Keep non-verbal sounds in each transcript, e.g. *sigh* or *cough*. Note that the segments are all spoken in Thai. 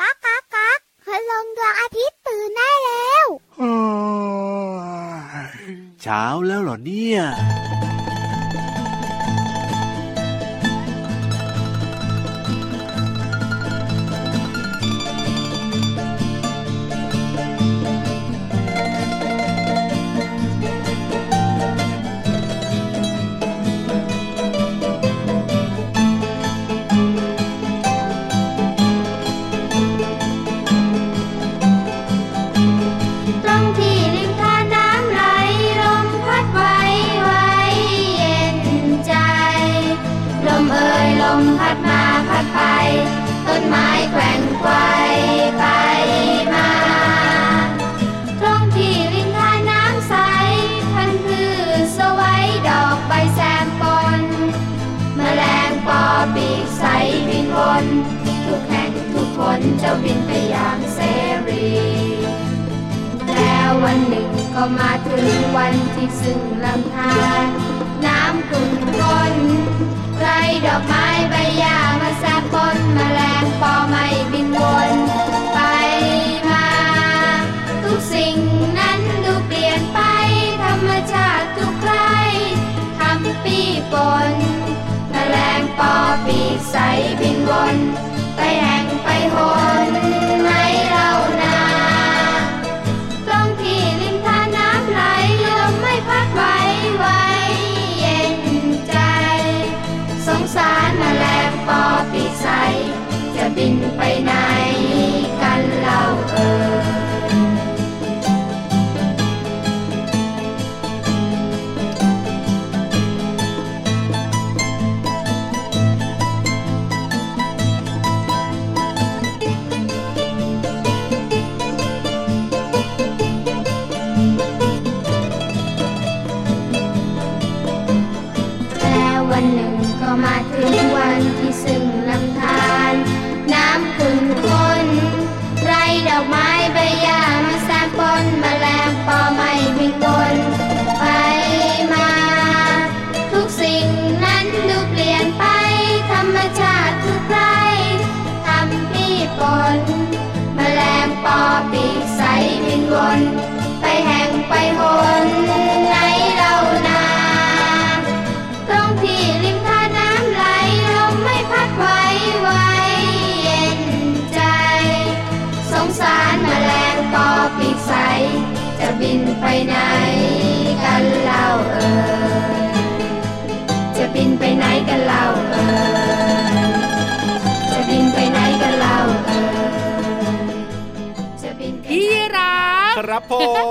ก๊ากก๊ากก๊ากคืลงดวงอาทิตย์ตื่นได้แล้ว เช้าแล้วเหรอเนี่ย ตรงที่ริมทานน้ำไหลลมพัดไว้ไว้เย็นใจ ลมเอ่ยลมพัดมาพัดไป ต้นไม้แกว่งไกวไปมา ตรงที่ริมทานน้ำใสพันธุ์พืชสวัยดอกใบแซมปนแมลงปอปีกใสบินวน ทุกแห่งทุกคนเจ้าบินไปอย่างเสรี แล้ววันหนึ่งก็มาถึงวันที่ซึ่งลำธารน้ำขุ่นข้นไรดอกไม้ใบหญ้ามาแซมปนแมลงปอไม่บินวนไปมา ทุกสิ่งนั้นดูเปลี่ยนไป ธรรมชาติทุกใครทำปีปนแมลงปอปีกใสบินวน ไปแห่งไปหนไหนเล่านา ตรงที่ริมทานน้ำไหลลมไม่พัดไหวไหวเย็นใจ สงสารแมลงปอปีกใส จะบินไปไหนกันเล่าเอ่ย แล้ววันหนึ่งก็มาถึงวันที่ซึ่งลำธารน้ำขุ่นข้นไรดอกไม้ใบหญ้ามาแซมปนแมลงปอไม่บินวนไปมา ทุกสิ่งนั้นดูเปลี่ยนไป ธรรมชาติทุกไรทำปีปนแมลงปอปีกใสบินวน ไปแห่งไปหนไหนเล่านา ตรงที่ริมท่าน้ำไหลลมไม่พัดไหวไหวเย็นใจ สงสารแมลงปอปีกใส จะบินไปไหนกันเล่าเอ่ยจะบินไปไหนกันเล่าเอ่ยจะบินไปไหนกันเล่าเอ่ยจะบินไปไหน พี่รับ ครับผม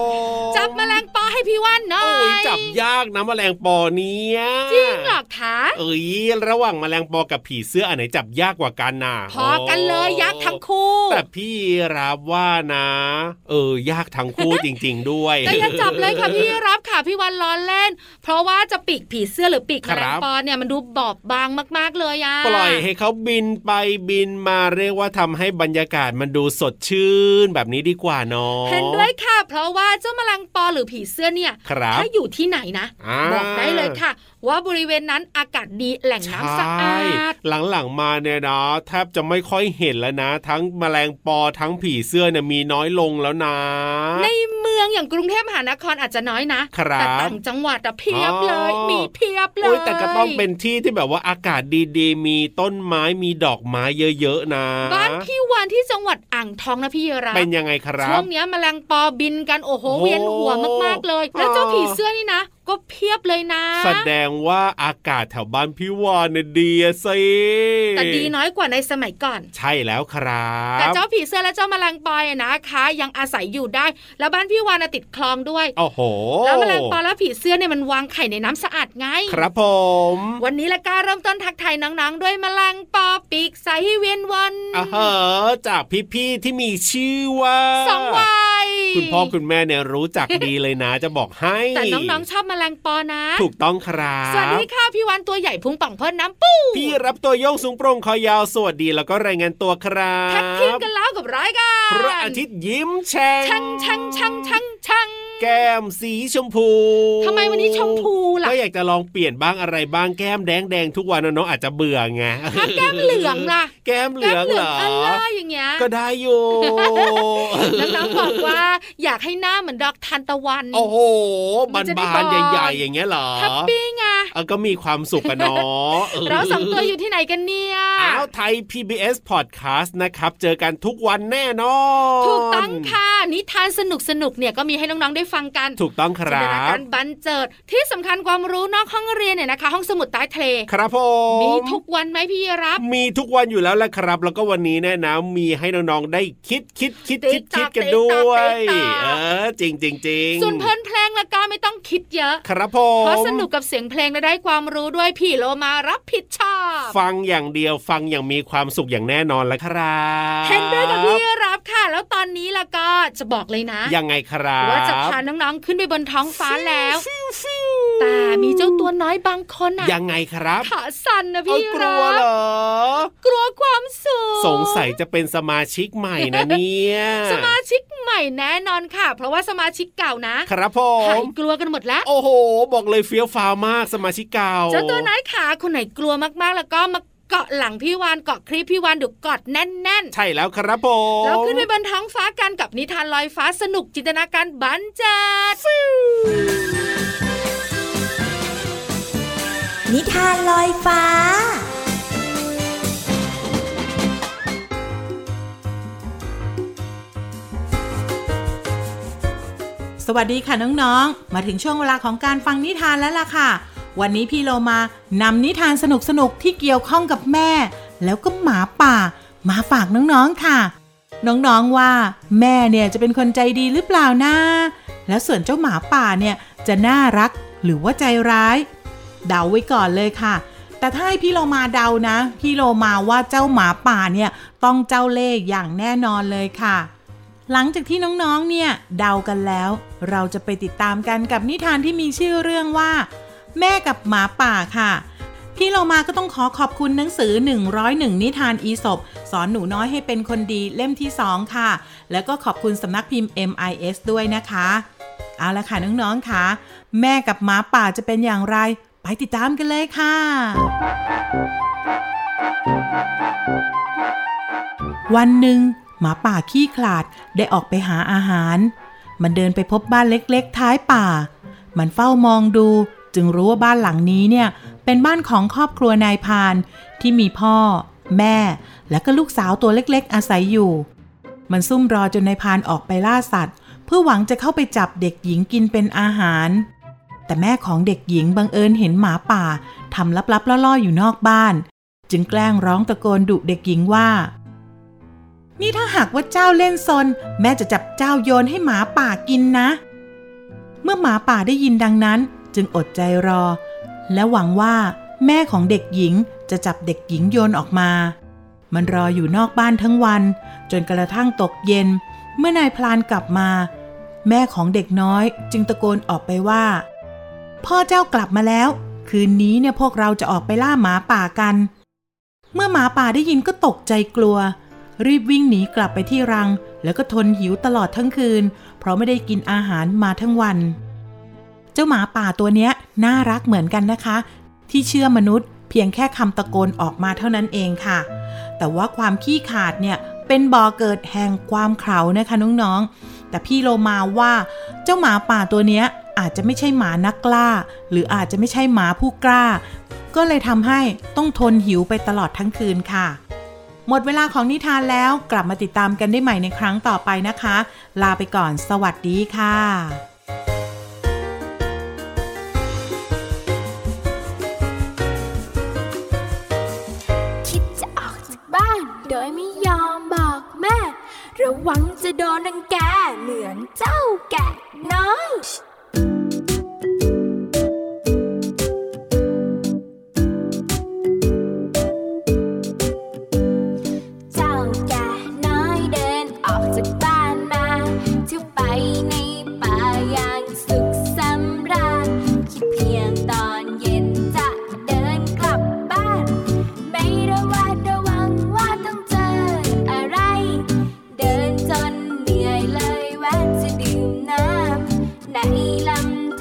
จับแมลงปอให้พี่ว่านหน่อ โอ้ย ย จับยากนะแมลงปอเนี่ย จริงเหรอคะ เอ้ยระหว่างแมลงปอกับผีเสื้ออันไหนจับยากกว่ากันน่ะ พอกันเลยยักษ์ทั้งคู่ แต่พี่รับว่านะ เออยากทั้งคู่ จริง ๆ ด้วย แต่อย่าจับเลยค่ะพี่รับค่ะพี่วันล้อเล่น เพราะว่าจะปีกผีเสื้อหรือปีกแม ค ล รั ง บ ปอเนี่ยมันดูบอบบางมาก ๆเลยอ่ะ ปล่อยให้เขาบินไปบินมาเรียกว่าทำให้บรรยากาศมันดูสดชื่นแบบนี้ดีกว่าเนาะ เห็นด้วยค่ะ เพราะว่าเจ้าแมลงปอหรือผีเสื้อเนี่ย ครับ ถ้าอยู่ที่ไหนนะ อ่า บอกได้เลยค่ะ ว่าบริเวณนั้นอากาศดีแหล่งน้ำสะอาด หลังๆมาเนี่ยนะแทบจะไม่ค่อยเห็นแล้วนะ ทั้งแมลงปอทั้งผีเสื้อเนี่ยมีน้อยลงแล้วนะ ในเมืองอย่างกรุงเทพมหานครอาจจะน้อยนะครับแต่ต่างจังหวัดอะเพียบเลย อ๋อ มีเพียบเล โอ้ ย ยแต่ก็ต้องเป็นที่ที่แบบว่าอากาศดีๆ มีต้นไม้มีดอกไม้เยอะๆนะ บ้านพี่วานที่จังหวัดอ่างทองนะพี่เยรัต เป็นยังไงครั ช่ว บ งเนี้ยแมลงปอบินกันโอ้โห โอ้ เวียนหัวมากๆเลย แล้วเจ้า อ๋อ ผีเสื้อนี่นะ ก็เพียบเลยนะ แสดงว่าอากาศแถวบ้านพี่วานเนี่ยดีอะสิ แต่ดีน้อยกว่าในสมัยก่อน ใช่แล้วครั แต่ บ เจ้าผีเสื้อและเจ้าแมลงปอเนี่ยนะคะ ยังอาศัยอยู่ได้ แล้วบ้านพี่วานนะติดคลองด้วย โอ้โห แล้วแมลงปอและผีเสื้อเนี่ยมันวางไข่ในน้ำสะอาดไง ครับผม วันนี้ละก็เริ่มต้นทักทายน้องๆด้วยแมลงปอปีกใสเวียนวน อ่าฮะจากพี่ๆที่มีชื่อว่า สองวัย คุณพ่อคุณแม่เนี่ยรู้จักดีเลยนะ จะบอกให้ แต่น้องๆชอบแมลงปอนะ ถูกต้องครับ สวัสดีค่ะพี่วานตัวใหญ่พุงป่องเพิ่นน้ำปู พี่รับตัวโยงสูงโปร่งคอยาวสวัสดีแล้วก็รายงานตัวครั แท็กทีม บ กันแล้วกับรายการ พระอาทิตย์ยิ้มแฉ่ง ชังชังชังชังชัง แก้มสีชมพู ทำไมวันนี้ชมพูล่ะ ก็อยากจะลองเปลี่ยนบ้างอะไรบ้างแก้มแดงแดงๆทุกวันน้องๆอาจจะเบื่อไง ถ้าแก้มเหลืองล่ะ แก้มเหลืองเหรอ แก้มเหลืองอะไรอย่างเงี้ย ก็ได้อยู่ *laughs* น้องๆบอกว่าอยากให้หน้าเหมือนดอกทานตะวัน โอ้โห มั บาน น จะได้ บาน บาน ใหญ่ ๆ อย่างเงี้ยเหรอ แฮปปี้ไง เออก็มีความสุขกันเนาะเออ เราสองตัวอยู่ที่ไหนกันเนี่ย อ้าวไทย PBS Podcast นะครับ เจอกันทุกวันแน่นอน ถูกต้องค่ะ นิทานสนุกสนุกๆเนี่ยก็มีให้น้องๆได้ฟังกัน ถูกต้องค จินตรันา บ การบันเจิดที่สำคัญความรู้นอกห้องเรียนเนี่ยนะคะ ห้องสมุดใต้ทะเล ครับผม มีทุกวันไหมพี่รับ มีทุกวันอยู่แล้วแหละครับ แล้วก็วันนี้แน่ยนะมีให้น้องๆได้คิดคิดคิดคิด TikTok คิดกันด้วย TikTok TikTok เออ จริงจริงจริง ส่วนเพลินเพลงละก็ไม่ต้องคิดเยอะ ครับผม เพราะสนุกกับเสียงเพลงและได้ความรู้ด้วยพี่โลมารับผิดชอบ ฟังอย่างเดียวฟังอย่างมีความสุขอย่างแน่นอนแล้วครับ เห็นด้วยกับพี่รับค่ะ แล้วตอนนี้ละก็จะบอกเลยนะ ยังไงครับ ว่าจะพาน้องๆขึ้นไปบนท้องฟ้าแล้ว แต่มีเจ้าตัวน้อยบางคนอ่ะ ยังไงครับ ขาสั่นนะ เอา พี่ กลั รั วเหร บ อ กลัวความสูง สงสัยจะเป็นสมาชิกใหม่นะ *laughs* เนี่ย สมาชิกใหม่แน่นอนค่ะ เพราะว่าสมาชิกเก่านะครับ ผ หาย ม กลัวกันหมดแล้ว โอ้โห บอกเลยเฟี้ยวฟ้าวมากสมาชิกเก่า เจ้าตัวน้อยขาคนไหนกลัวมากๆ แล้วก็มาเกาะหลังพี่วานเกาะคลิปพี่วานเดูกอดแน่น ใช่แล้วครับผ ๆ ม แล้วขึ้นไปบนท้องฟ้ากันกับนิทานลอยฟ้าสนุกจินตนาการบันเจิด นิทานลอยฟ้า สวัสดีค่ะน้องๆ มาถึงช่วงเวลาของการฟังนิทานแล้วล่ะค่ะ วันนี้พี่โลมานำนิทานสนุกๆ ที่เกี่ยวข้องกับแม่ แล้วก็หมาป่า มาฝากน้องๆค่ะ น้องๆว่า แม่เนี่ยจะเป็นคนใจดีหรือเปล่านะแล้วส่วนเจ้าหมาป่าเนี่ยจะน่ารักหรือว่าใจร้าย เดาไว้ก่อนเลยค่ะ แต่ถ้าให้พี่โลมาเดานะ พี่โลมาว่าเจ้าหมาป่าเนี่ยต้องเจ้าเล่ห์อย่างแน่นอนเลยค่ะ หลังจากที่น้องๆ เนี่ยเดากันแล้ว เราจะไปติดตามกันกับนิทานที่มีชื่อเรื่องว่า แม่กับหมาป่าค่ะ พี่เรามาก็ต้องขอขอบคุณหนังสือ 101 นิทานอีสบสอนหนูน้อยให้เป็นคนดีเล่มที่ 2 ค่ะ แล้วก็ขอบคุณสำนักพิมพ์ MIS ด้วยนะคะ เอาละค่ะน้องๆค่ะ แม่กับหมาป่าจะเป็นอย่างไร ไปติดตามกันเลยค่ะ วันหนึ่งหมาป่าขี้ขลาดได้ออกไปหาอาหาร มันเดินไปพบบ้านเล็กๆ ท้ายป่า มันเฝ้ามองดู จึงรู้ว่าบ้านหลังนี้เนี่ย เป็นบ้านของครอบครัวนายพราน ที่มีพ่อ แม่ และก็ลูกสาวตัวเล็กๆ อาศัยอยู่ มันซุ่มรอจนนายพรานออกไปล่าสัตว์ เพื่อหวังจะเข้าไปจับเด็กหญิงกินเป็นอาหาร แต่แม่ของเด็กหญิงบังเอิญเห็นหมาป่าทำลับๆล่อๆอยู่นอกบ้าน จึงแกล้งร้องตะโกนดุเด็กหญิงว่า นี่ถ้าหากว่าเจ้าเล่นซน แม่จะจับเจ้าโยนให้หมาป่ากินนะ เมื่อหมาป่าได้ยินดังนั้น จึงอดใจรอ และหวังว่าแม่ของเด็กหญิงจะจับเด็กหญิงโยนออกมา มันรออยู่นอกบ้านทั้งวัน จนกระทั่งตกเย็น เมื่อนายพลานกลับมา แม่ของเด็กน้อยจึงตะโกนออกไปว่า พ่อเจ้ากลับมาแล้ว คืนนี้เนี่ยพวกเราจะออกไปล่าหมาป่ากัน เมื่อหมาป่าได้ยินก็ตกใจกลัว รีบวิ่งหนีกลับไปที่รัง แล้วก็ทนหิวตลอดทั้งคืน เพราะไม่ได้กินอาหารมาทั้งวัน เจ้าหมาป่าตัวเนี้ยน่ารักเหมือนกันนะคะ ที่เชื่อมนุษย์ เพียงแค่คำตะโกนออกมาเท่านั้นเองค่ะ แต่ว่าความขี้ขลาดเนี่ยเป็นบ่อเกิดแห่งความเขลานะคะน้องๆ แต่พี่โลมาว่าเจ้าหมาป่าตัวเนี้ยอาจจะไม่ใช่หมานักล่า หรืออาจจะไม่ใช่หมาผู้กล้า ก็เลยทำให้ต้องทนหิวไปตลอดทั้งคืนค่ะ หมดเวลาของนิทานแล้วกลับมาติดตามกันได้ใหม่ในครั้งต่อไปนะคะ ลาไปก่อนสวัสดีค่ะ คิดจะออกจากบ้าน โดยไม่ยอมบอกแม่ ระวังจะโดนรังแกเหมือนเจ้าแกะน้อย เจ้าแกะน้อยเดินออกจากบ้านมาเที่ยวไปในป่าอย่างสุขสำราญคิดเพียงตอนเย็นจะเดินกลับบ้าน ไม่ระวัดระวังว่าต้องเจออะไร เดินจนเหนื่อยเลยแวะจะดื่มน้ำใน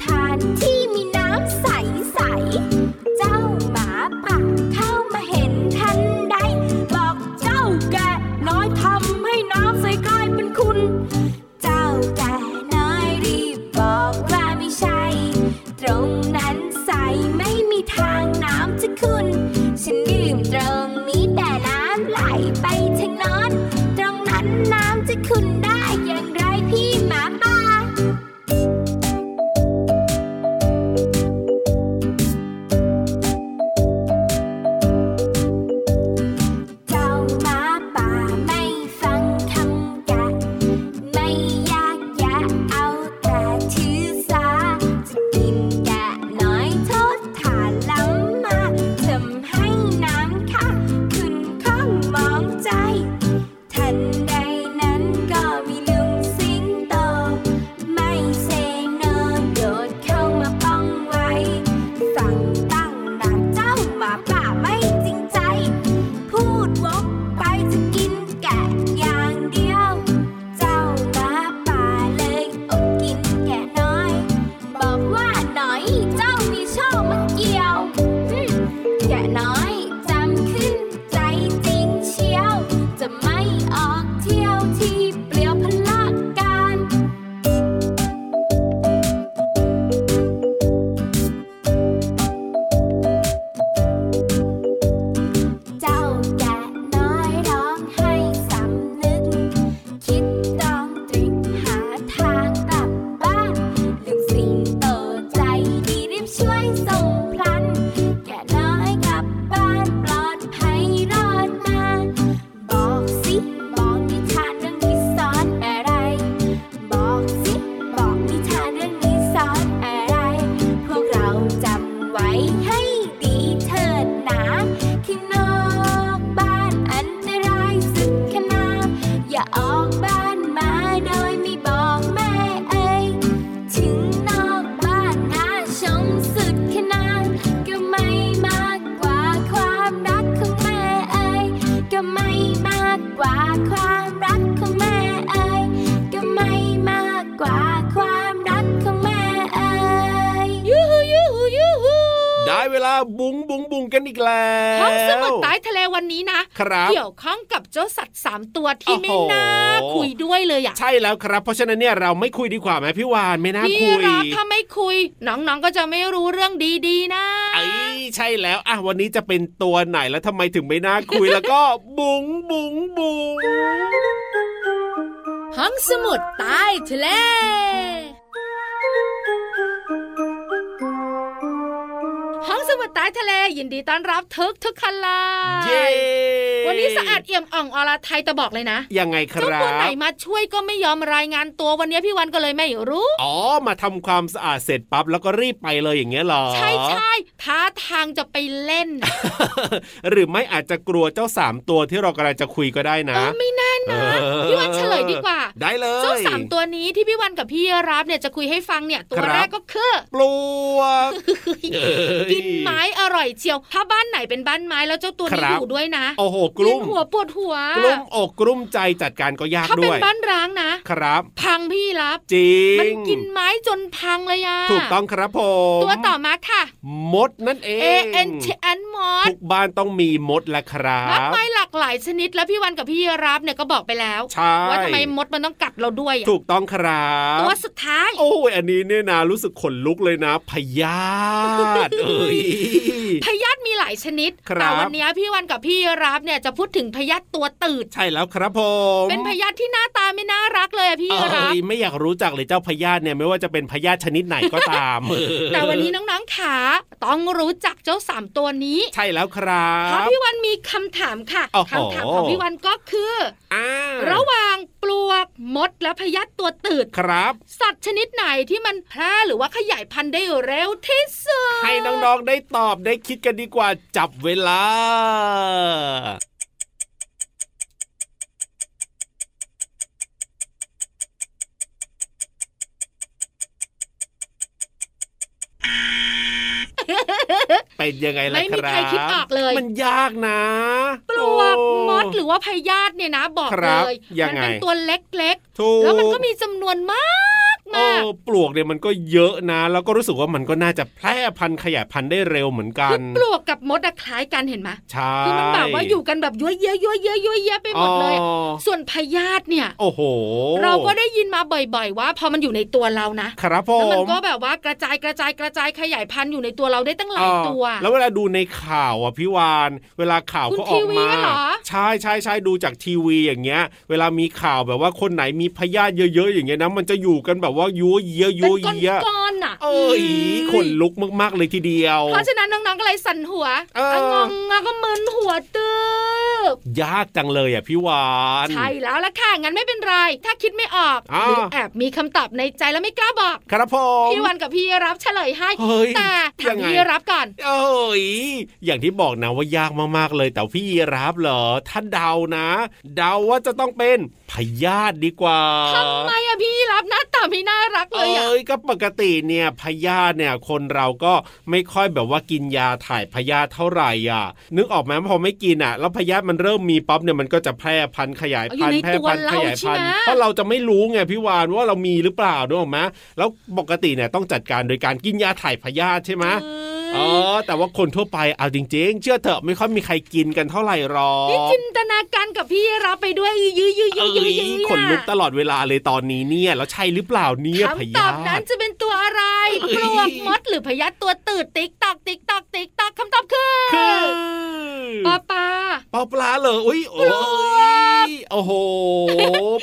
ไม่มากกว่าความรักของแม่เอ่ยก็ไม่มากกว่าความรักของแม่เอ่ย ยูฮูยูฮูยูฮู ได้เวลาบุ้งบุ้งบุ้งกันอีกแล้ว ห้องสมุดใต้ทะเลวันนี้นะครับ เกี่ยวข้องกับเจ้าสัตว์สามตัวที่ไม่ โอ้โห น่าคุยด้วยเลยอ่ะ ใช่แล้วครับ เพราะฉะนั้นเนี่ยเราไม่คุยดีกว่าไหมพี่วานไม่น่า พี่ คุย รับถ้าไม่คุย น้องๆก็จะไม่รู้เรื่องดีๆ นะ เอ้ยใช่แล้วอ่ะวันนี้จะเป็นตัวไหนแล้วทำไมถึงไม่น่าคุย แล้วก็บุ๋งบุ๋งบุ๋ง ห้องสมุดใต้ทะเล ห้องสมุดใต้ทะเลยินดีต้อนรับทุกทุกๆคนเลย เย้ วันนี้สะอาดเอี่ยมอ่องอรไทยแต่บอกเลยนะ ยังไงค เจ้า รั ตัวไหน บ มาช่วยก็ไม่ยอมรายงานตัววันนี้พี่วันก็เลยไม่รู้ อ๋อมาทำความสะอาดเสร็จปั๊บแล้วก็รีบไปเลยอย่างเงี้ยเหรอ ใช่ใช่ท่าทางจะไปเล่น หรือไม่อาจจะกลัวเจ้าสามตัวที่เรากำลังจะคุยก็ได้ เอ นะ อไม่แน่นะ ออ พี่วันเฉลยดีกว่า ได้เลย เจ้าสามตัวนี้ที่พี่วันกับพี่รับเนี่ยจะคุยให้ฟังเนี่ยตัวแรกก็คือ ปลวก กินไม้อร่อยเชียว ถ้าบ้านไหนเป็นบ้านไม้แล้วเจ้าตัวนี้ ครับ อยู่ด้วยนะ โอ้โหก กิ ลุ้ น ม หัวปวดหัว กลุ้มอกกลุ้มใจจัดการก็ยาก ถ้า ด้ เป็ วน ย บ้านร้างนะ ครับ พังพี่รับ จริง มันกินไม้จนพังเลยอะ ถูกต้องครับผม ตัวต่อมาค่ะ มดนั่นเอง A N T N มอส ทุกบ้านต้องมีมดแหละครั มาก บ มายหลากหลายชนิดแล้วพี่วันกับพี่รับเนี่ยก็บอกไปแล้ว ใช่ ว่าทำไมมดมันต้องกัดเราด้วยอะ ถูกต้องครับ ตัวสุดท้าย โอ้ยอันนี้เนี่ยนะรู้สึกขนลุกเลยนะพยา *laughs* ธิเอ้ย พยาธิมีหลายชนิด ครับ แต่วันเนี้ยพี่วันกับพี่รับเนี่ยจะพูดถึงพยาธิตัวตืด ใช่แล้วครับผม เป็นพยาธิที่หน้าตาไม่น่ารักเลยอะพี่ เอ้ รับ ยไม่อยากรู้จักเลยเจ้าพยาธิเนี่ยไม่ว่าจะเป็นพยาธิชนิดไหนก็ตามเออ แต่วันนี้น้องๆขาต้องรู้จักเจ้าสามตัวนี้ ใช่แล้วครั เพราะ บ พี่วันมีคำถามค่ะ โอ้โห คำถามของพี่วันก็คือ อ่า ระหว่างปลวกมดและพยาธิตัวตืด ครับ สัตว์ชนิดไหนที่มันแพร่หรือว่าขยายพันธุ์ได้เร็วที่สุด ให้น้องๆได้ตอบได้คิดกันดีกว่าจับเวลา เป็นยังไงล่ะ ไม่มี รับ ใครคิดออกเลย มันยากนะ ปลวกมดหรือว่าพยาธิเนี่ยนะบอก ค เล รับ ย ยัง มั ไง เป็นตัวเล็ก ถู ๆ ก แล้วมันก็มีจำนวนมาก โอ้ มาก ปลวกเนี่ยมันก็เยอะนะ แล้วก็รู้สึกว่ามันก็น่าจะแพร่พันธุ์ขยายพันธุ์ได้เร็วเหมือนกั คื น อปลวกกับมดอะคล้ายกันเห็นไหม ใช่ คือมันแบบว่าอยู่กันแบบยั่วเยอะยั่วเยอะยั่วเยอะไปหมดเลย อ๋อ ส่วนพยาธิเนี่ย โอ้โห เราก็ได้ยินมาบ่อยๆ ว่าพอมันอยู่ในตัวเรานะครับ ผ แล้วมัน ม ก็แบบว่ากระจายกระจายกระจายขยายพันธุ์อยู่ในตัวเราได้ตั้งหลาย อ่า ตัว แล้วเวลาดูในข่าวอ่ะพี่วาน เวลาข่าว คุณ เขาออทีกมาวีเหรอ ใช่ใช่ใช่ดูจากทีวีอย่างเงี้ย เวลามีข่าวแบบว่าคนไหนมีพยาธิเยอะๆอย่างเงี้ยนะมันจะอยู่กันแบบว่ายัวเยีย เป็ ยัวน เยีย ก้อนๆน่ะ เอ้ยขนลุกมากๆเลยทีเดียว เพราะฉะนั้นน้องๆก็เลยสั่นหัว เออ งงงก็มึนหัวตืบ ยากจังเลยอ่ะพี่วาน ใช่แล้วล่ะค่ะ งั้นไม่เป็นไร ถ้าคิดไม่ออก อ่า หรือแอบมีคำตอบในใจแล้วไม่กล้าบอก ครับผม พี่วันกับพี่รับเฉลยให้ เฮ้ย แต่ ยั ถาม งไง พี่รับก่อน โอ้ยอย่างที่บอกนะว่ายากมากๆเลย แต่พี่รับเหรอ ถ้าเดานะ เดาว่าจะต้องเป็นพยาธิดีกว่า ทำไมอะพี่รับหน้าตาไม่น่ารักเลยอะ เอ้ยก็ปกติเนี่ยพยาธิเนี่ยคนเราก็ไม่ค่อยแบบว่ากินยาถ่ายพยาธิเท่าไหร่อ่ะ นึกออกไหมพอไม่กินอ่ะ แล้วพยาธิมันเริ่มมีปั๊บเนี่ยมันก็จะแพร่พันธุ์ขยาย เอาอ พั ยู่ น ใน ธุ์แพร่ ตัวเราพันธุ์ขยาย ใช่ พัน ไหม ธุ์เพราะเราจะไม่รู้ไงพี่วานว่าเรามีหรือเปล่านึกออกไหมแล้วปกติเนี่ยต้องจัดการโดยการกินยาถ่ายพยาธิใช่ไหมเออแต่ว่าคนทั่วไปเอาจริง ๆ เชื่อเถอะไม่ค่อยมีใครกินกันเท่าไหร่หรอก นี่จินตนาการกับพี่รับไปด้วยยื้อยื้อยื้อ เอ้ ยื้อย ยื้อ ขนลุกตลอดเวลาเลยตอนนี้เนี่ยแล้วใช่หรือเปล่าเนี่ยพ คำตอย า บนั้น ธิ จะเป็นตัวอะไร เอ้ย ปลวกมดหรือพยาธิตัวตืดติ๊กตอกติ๊กตอกติ๊กตอกคำตอบคือ คือ ปอปลา ปอปลาเหรออุ้ยโอ้ ปลว ยโอ้โห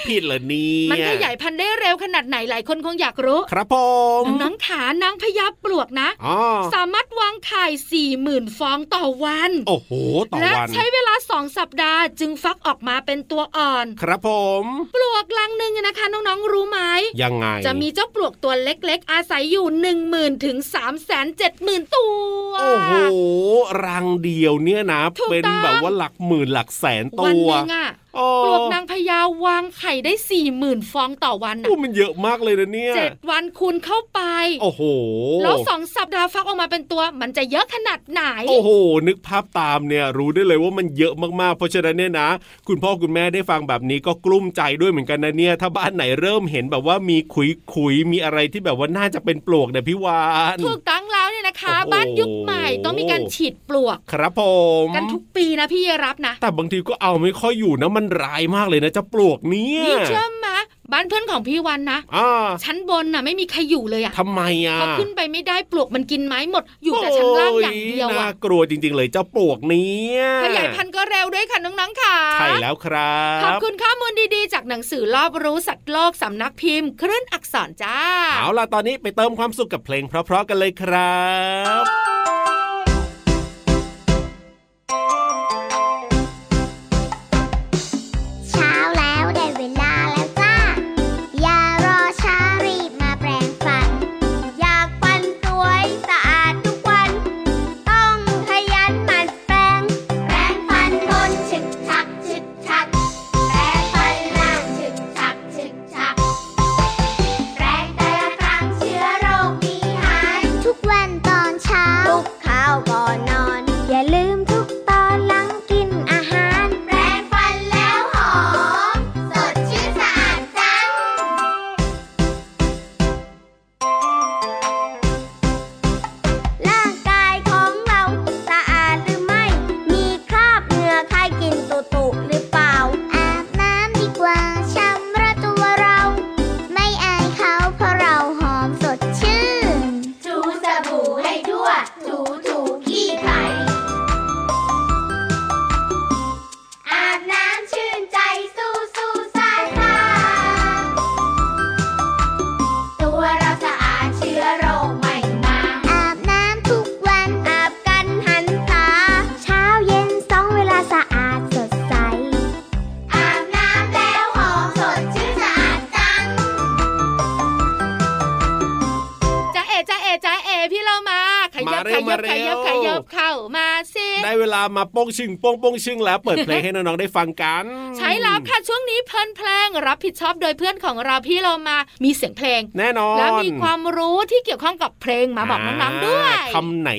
ผิดเหรอเนี่ย มันขยายพันธุ์ได้เร็วขนาดไหนหลายคนคงอยากรู้ ครับผม น้องๆขานางพญาปลวกนะ อ๋อ สามารถวางไข่40,000ฟองต่อวัน โอ้โห ต่อ และ วัน ใช้เวลาสองสัปดาห์จึงฟักออกมาเป็นตัวอ่อน ครับผม ปลวกลังหนึ่งอะนะคะ น้องๆรู้ไหม ยังไง จะมีเจ้าปลวกตัวเล็กๆ อาศัยอยู่ 1 0,000ถึง3 7 0 0 0 0 ตัว โอ้โห รังเดียวเนี่ยนะ ถูกต้อง เป็นแบบว่าหลักหมื่นหลักแสน วั ตั น ว หนึ่งอะ อ๋อ ปลวกนางพญาวางไข่ได้สี่หมื่นฟองต่อวันนะ โอ้มันเยอะมากเลยนะเนี่ย เจ็ดวันคูณเข้าไป โอ้โห แล้วสองสัปดาห์ฟักออกมาเป็นตัว มันจะเยอะขนาดไหน โอ้โห นึกภาพตามเนี่ยรู้ได้เลยว่ามันเยอะมากๆ เพราะฉะนั้นเนี่ยนะ คุณพ่อคุณแม่ได้ฟังแบบนี้ก็กลุ้มใจด้วยเหมือนกันนะเนี่ย ถ้าบ้านไหนเริ่มเห็นแบบว่ามีขุยขุยๆมีอะไรที่แบบว่าน่าจะเป็นปลวกเนี่ยพี่วาน ถูกต้องแล้วเนี่ยนะคะ โอ้โห บ้านยุคใหม่ต้องมีการฉีดปลวก ครับผม กันทุกปีนะพี่รับนะ แต่บางทีก็เอาไม่ค่อยอยู่นะมันร้ายมากเลยนะเจ้าปลวกเนี่ย นี่เชื่อมะบ้านเพื่อนของพี่วันนะ อ่า ชั้นบนน่ะไม่มีใครอยู่เลยอะ ทำไมอ่ะ พอขึ้นไปไม่ได้ปลวกมันกินไม้หมด อยู่แต่ชั้นล่างอย่างเดียว โน่า อะ กลัวจริง ๆ เลยเจ้าปลวกเนี่ย ขยายพันธุ์ก็เร็วด้วยค่ะน้องๆค่ะ ใช่แล้วครั ขอบบ คุณข้อมูลดีๆ จากหนังสือรอบรู้สัตว์โลกสำนักพิมพ์ คลื่นอักษรจ้า เอาล่ะ ตอนนี้ไปเติมความสุขกับเพลงเพราะๆกันเลยครับ เช้าแล้วได้เวลาแล้วจ้า อย่ารอช้ารีบมาแปรงฟัน อยากฟันสวยสะอาดทุกวัน ต้องขยันหมั่นแปรง แปรงฟันบนฉึกฉักฉึกฉัก แปรงฟันล่างฉึกฉักฉึกฉัก แปรงแต่ละครั้งเชื้อโรคมีหาย ทุกวันตอนเช้า ทุกข้าวก่อนนอน อย่าลืมทุกตอนหลังกินอาหาร แปรงฟันแล้วหอม สดชื่นสะอาดจัง ร่างกายของเราสะอาดหรือไม่ มีคราบเหงื่อใครกินตุตุหรือเปล่า อาบน้ำดีกว่าชำระตัวเรา ไม่อายเขาเพราะเราหอมสดชื่น ถูสบู่ให้ทั่ว ถูถูขี้ไข่ อาบน้ำชื่นใจสู้สู้ซ่าซ่า ตัวเราสะอาดเชื้อโรคไม่มา อาบน้ำทุกวันอาบกันหันษาเช้าเย็นสองเวลาสะอาดสดใส อาบน้ำแล้วหอมสดชื่นสะอาดจัง จะเอจะเอจะเอพี่เรามา ขยั มา บ เร็ ข ว ยับ มาเร็ ข ว ยับขยับเข้ามาสิ ได้เวลามาโป้งชึงโป้งโป้งชึงแล้วเปิดเพลงให้น้องๆได้ฟังกัน ใช้แล้วค่ะช่วงนี้เพลินเพลงรับผิดชอบโดยเพื่อนของเราพี่เรามา มีเสียงเพลง แน่นอน และมีความรู้ที่เกี่ยวข้องกับเพลงมาบอกน้องๆด้วย าคำไหน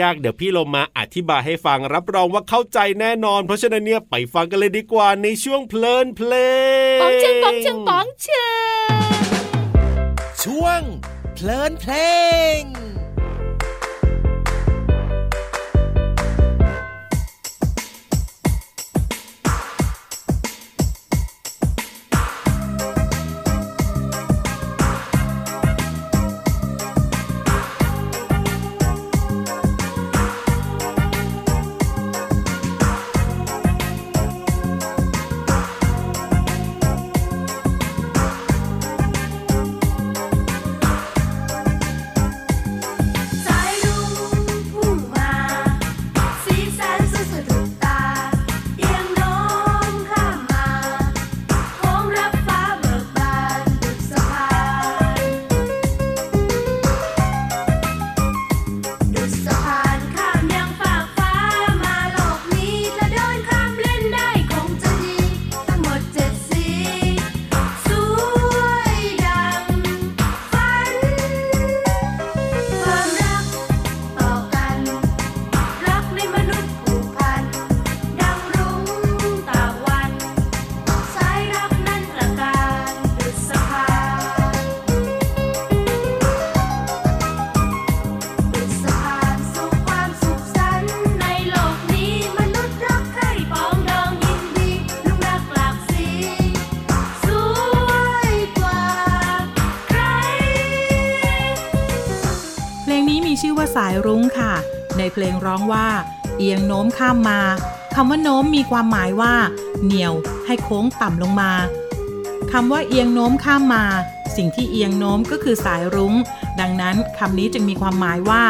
ยากๆ เดี๋ยวพี่เรามาอธิบายให้ฟังรับรองว่าเข้าใจแน่นอน เพราะฉะนั้นเนี่ยไปฟังกันเลยดีกว่าในช่วงเพลินเพลง ป๋องเชิงป๋องเชิงป๋องเชิง ช่วง เพลินเพลง สายรุ้งพุ่งมา สีสันสุดสะดุดตา เอียงโน้มข้ามมาโค้งรับฟ้าเบิกบานดุจสะพานดุจสะพานข้ามยังฝากฟ้ามาโลกนี้ถ้าเดินข้ามเล่นได้คงจะดี ทั้งหมดเจ็ดสี สวยดังฝัน ความรักต่อกัน รักในมนุษย์ผูกพัน ดังรุ้งตะวัน สายรักนั้นประการดุจสะพานดุจสะพานสู่ความสุขสันต์ในโลกนี้มนุษย์รักใคร่ปองดองยินดีลูกรักหลากสี สวยกว่าใคร เพลงนี้มีชื่อว่าสายรุ้งค่ะ ในเพลงร้องว่า เอียงโน้มข้ามมาคำว่าโน้มมีความหมายว่า เหนี่ยวให้โค้งต่ำลงมาคำว่าเอียงโน้มข้ามมา สิ่งที่เอียงโน้มก็คือสายรุ้ง ดังนั้นคำนี้จึงมีความหมายว่า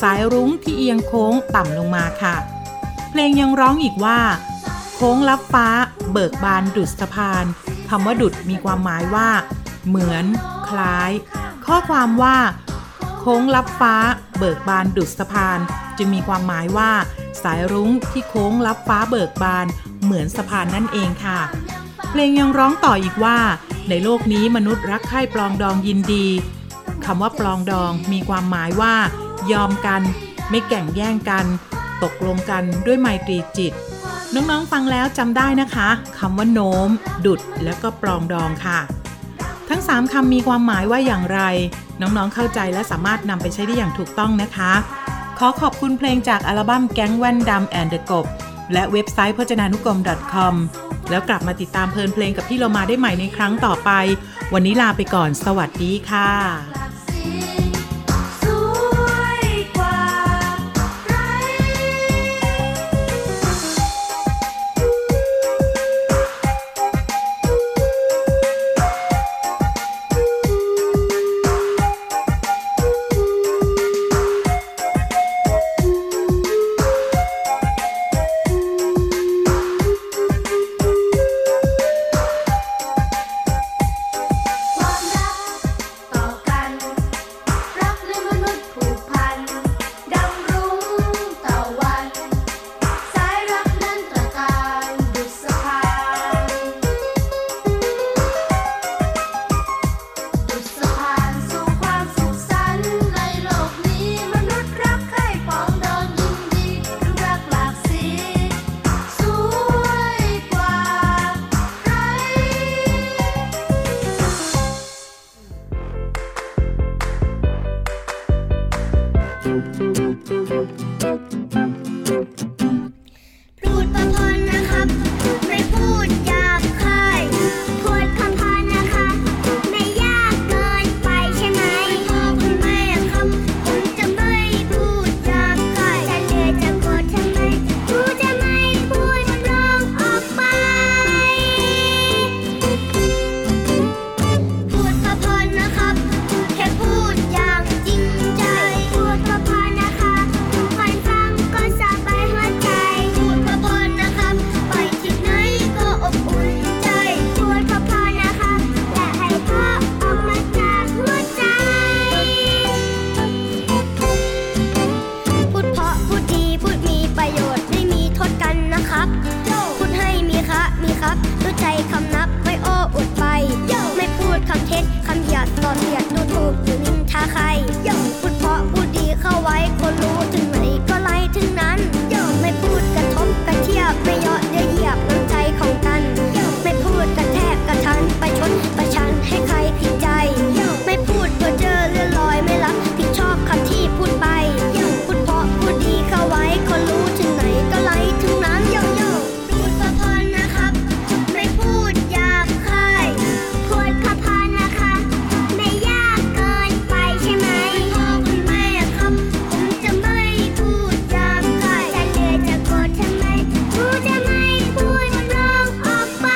สายรุ้งที่เอียงโค้งต่ำลงมาค่ะ เพลงยังร้องอีกว่า โค้งลับฟ้า เบิกบานดุดสะพานคำว่าดุดมีความหมายว่า เหมือน คล้าย ข้อความว่า โค้งลับฟ้า เบิกบานดุดสะพาน จึงมีความหมายว่า สายรุ้งที่โค้งลับฟ้าเบิกบาน เหมือนสะพานนั่นเองค่ะ เพลงยังร้องต่ออีกว่า ในโลกนี้มนุษย์รักใคร่ปลองดองยินดีคำว่าปลองดองมีความหมายว่า ยอมกัน ไม่แก่งแย่งกัน ตกลงกันด้วยไมตรีจิต น้องๆฟังแล้วจำได้นะคะคำว่าโน้ม ดุด แล้วก็ปลองดองค่ะ ทั้ง 3คำมีความหมายว่าอย่างไร น้องๆเข้าใจและสามารถนำไปใช้ได้อย่างถูกต้องนะคะ ขอขอบคุณเพลงจากอัลบั้มแก๊งแว่นดำแอนเดอะกบ และเว็บไซต์พจนานุกรม .com แล้วกลับมาติดตามเพลินเพลงกับพี่เรามาได้ใหม่ในครั้งต่อไป วันนี้ลาไปก่อน สวัสดีค่ะ สวยกว่าไร ความรักต่อกัน รักในมนุษย์ผูกพันดำรุ่งต่อวัน สายรักนั้นตระการดุจสะพานดุจสะพานสู่ความสุขสันต์ในโลกนี้มนุษย์รักใคร่ปองดองยินดีรูปรักหลากสีสวยกว่าใคร พูดประพรนะครับ ไม่พูดหยาบคายพูดคำพรนะคะ ไม่ยากเกินไปใช่ไหมขอบคุณแม่ครับผมจะไม่พูดหยาบคายจะเหนื่อยจะโกรธทำไมพูดจะไม่พูดร้องออกไป พูดประพรนะครับ แค่พูดอย่างจริงใจ พูดประพรนะคะฟังฟังก็สบายหัวใจ พูดประพรนะครับ ไปที่ไหนก็อบอุ่นใจ พูดประพรนะคะและให้พ่อออกมาจากหัวใจ พูดเพราะพูดดีพูดมีประโยชน์ไม่มีโทษกันนะครับ พูดให้มีคะมีครับรู้ใจคำนับไม่โอ้อวดไป ไม่พูดคำเท็จคำเหยียดต่อเหยียดดูถูกหรือนินทาใคร พูดเพราะพูดดีเข้าไว้คนรู้ถึงไหนก็ไล่ถึงนั้น ไม่พูดกระทบกระเทียบไม่เหยาะเย้ยเหยียบน้ำใจของกัน ไม่พูดกระแทกกระทันประชดประชันให้ใครผิดใจ ไม่พูดเพ้อเจ้อเลื่อนลอยไม่รับผิดชอบคำที่พูดไป พูดเพราะพูดดีเข้าไว้ก็รู้ถึงไหนก็ไล่ถึงนั้นโยโย่พูดประพรนะครับ ไม่พูดหยาบคายพูดประพรนะคะ ไม่ยากเกินไปใช่ไหมพ่อคุณแม่ครับ ผมจะไม่พูดหยาบคายจะเหนื่อยจะโกรธทำไมพูดจะไม่พูดร้องออกไป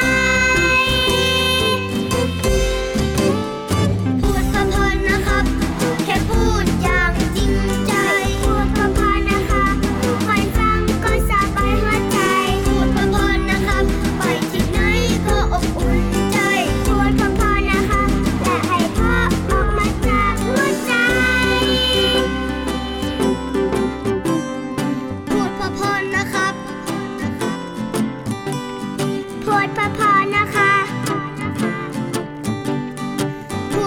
พูดคำพรนะครับ แค่พูดอย่างจริงใจ พูดคำพรนะคะคนฟังก็สบายหัวใจ พูดคำพรนะครับ ไปที่ไหนก็อบอุ่นใจ พูดคำพรนะคะ และให้พ่อออกมาจากหัวใจ พูดพรนะครับ พูดพรนะคะ พูดประพรนะครับ พู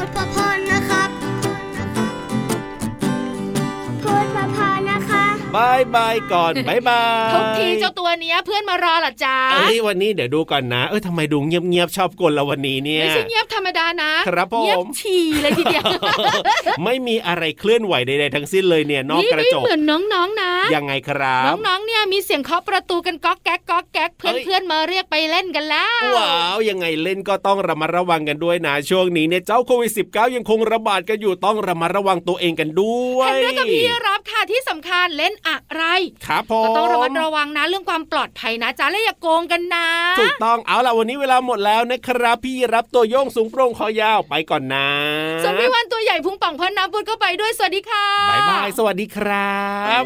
ดประพรนะคะ บายบายก่อนบายบาย ทุกทีเจ้าตัวเนี้ยเพื่อนมารอเหรอจ๊ะ เอ้ยวันนี้เดี๋ยวดูก่อนนะเอ้ยทำไมดูเงียบๆชอบกลละวันนี้เนี่ย ไม่ใช่เงียบธรรมดานะครับ ผม เงียบฉี่เลยทีเดียว ไม่มีอะไรเคลื่อนไหวใดๆทั้งสิ้นเลยเนี่ยนอก นี่ กระ ไม่ จก เหมือนน้องๆนะ ยังไงครับ น้องๆ เนี่ยมีเสียงเคาะประตูกันก๊อกแก๊กก๊อกแก๊ก เฮ้ เพื่อนเพื่ยอนๆมาเรียกไปเล่นกันแล้ว ว้าวยังไงเล่นก็ต้องระมัดระวังกันด้วยนะช่วงนี้เนี่ยเจ้าโควิด -19 ยังคงระบาดกันอยู่ต้องระมัดระวังตัวเองกันด้วย เห็นด้วยกับพี่รับค่ะที่สำคัญเล่นอะไร ครับผม ก็ต้องระมัดระวังนะเรื่องความปลอดภัยนะจ๊ะและอย่าโกงกันนะ ถูกต้องเอาล่ะวันนี้เวลาหมดแล้วนะครับ พี่รับตัวโยงสูงโปร่งคอยาวไปก่อนนะ ส่วนพี่วันตัวใหญ่พุงป่องพอน้ำปุดก็ไปด้วยสวัสดีค่ะ บายบายสวัสดีครับ